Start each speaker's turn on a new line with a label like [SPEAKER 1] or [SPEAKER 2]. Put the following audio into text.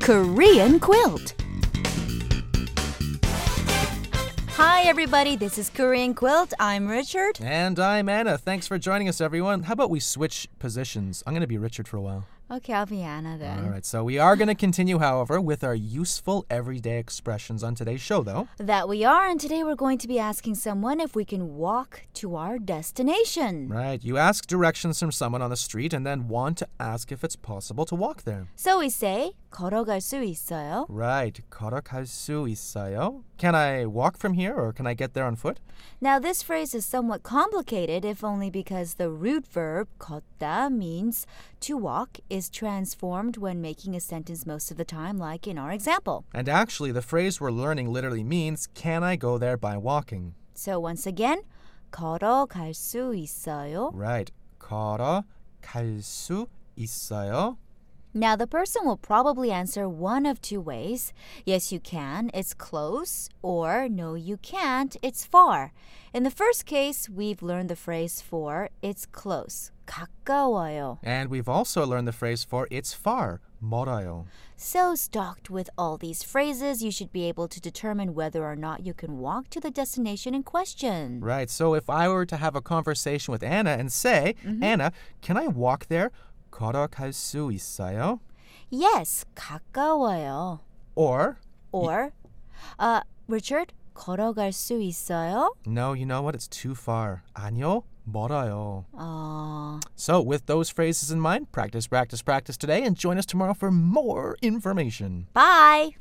[SPEAKER 1] Korean Quilt. Hi, everybody. This is Korean Quilt. I'm Richard.
[SPEAKER 2] And I'm Anna. Thanks for joining us, everyone. How about we switch positions? I'm going to be Richard for a while.
[SPEAKER 1] Okay, I'll be Anna then.
[SPEAKER 2] All right, so we are going to continue, however, with our useful everyday expressions on today's show, though.
[SPEAKER 1] That we are, and today we're going to be asking someone if we can walk to our destination.
[SPEAKER 2] Right, you ask directions from someone on the street and then want to ask if it's possible to walk there.
[SPEAKER 1] So we say, 걸어갈 수 있어요?
[SPEAKER 2] Right, 걸어갈 수 있어요? Can I walk from here or can I get there on foot?
[SPEAKER 1] Now, this phrase is somewhat complicated, if only because the root verb 걷다 means to walk is transformed when making a sentence most of the time, like in our example.
[SPEAKER 2] And actually, the phrase we're learning literally means, can I go there by walking?
[SPEAKER 1] So once again, 걸어갈 수 있어요?
[SPEAKER 2] Right, 걸어갈 수 있어요?
[SPEAKER 1] Now, the person will probably answer one of two ways. Yes, you can, it's close, or no, you can't, it's far. In the first case, we've learned the phrase for it's close, 가까워요.
[SPEAKER 2] And we've also learned the phrase for it's far, 멀어요.
[SPEAKER 1] So, stocked with all these phrases, you should be able to determine whether or not you can walk to the destination in question.
[SPEAKER 2] Right. So if I were to have a conversation with Anna and say, Anna, can I walk there? 걸어갈 수 있어요?
[SPEAKER 1] Yes, 가까워요.
[SPEAKER 2] Or,
[SPEAKER 1] Or, uh, Richard, 걸어갈 수 있어요?
[SPEAKER 2] no, you know what? It's too far. 아니요, 멀어요.
[SPEAKER 1] 어,
[SPEAKER 2] So with those phrases in mind, practice, practice, practice today and join us tomorrow for more information.
[SPEAKER 1] bye!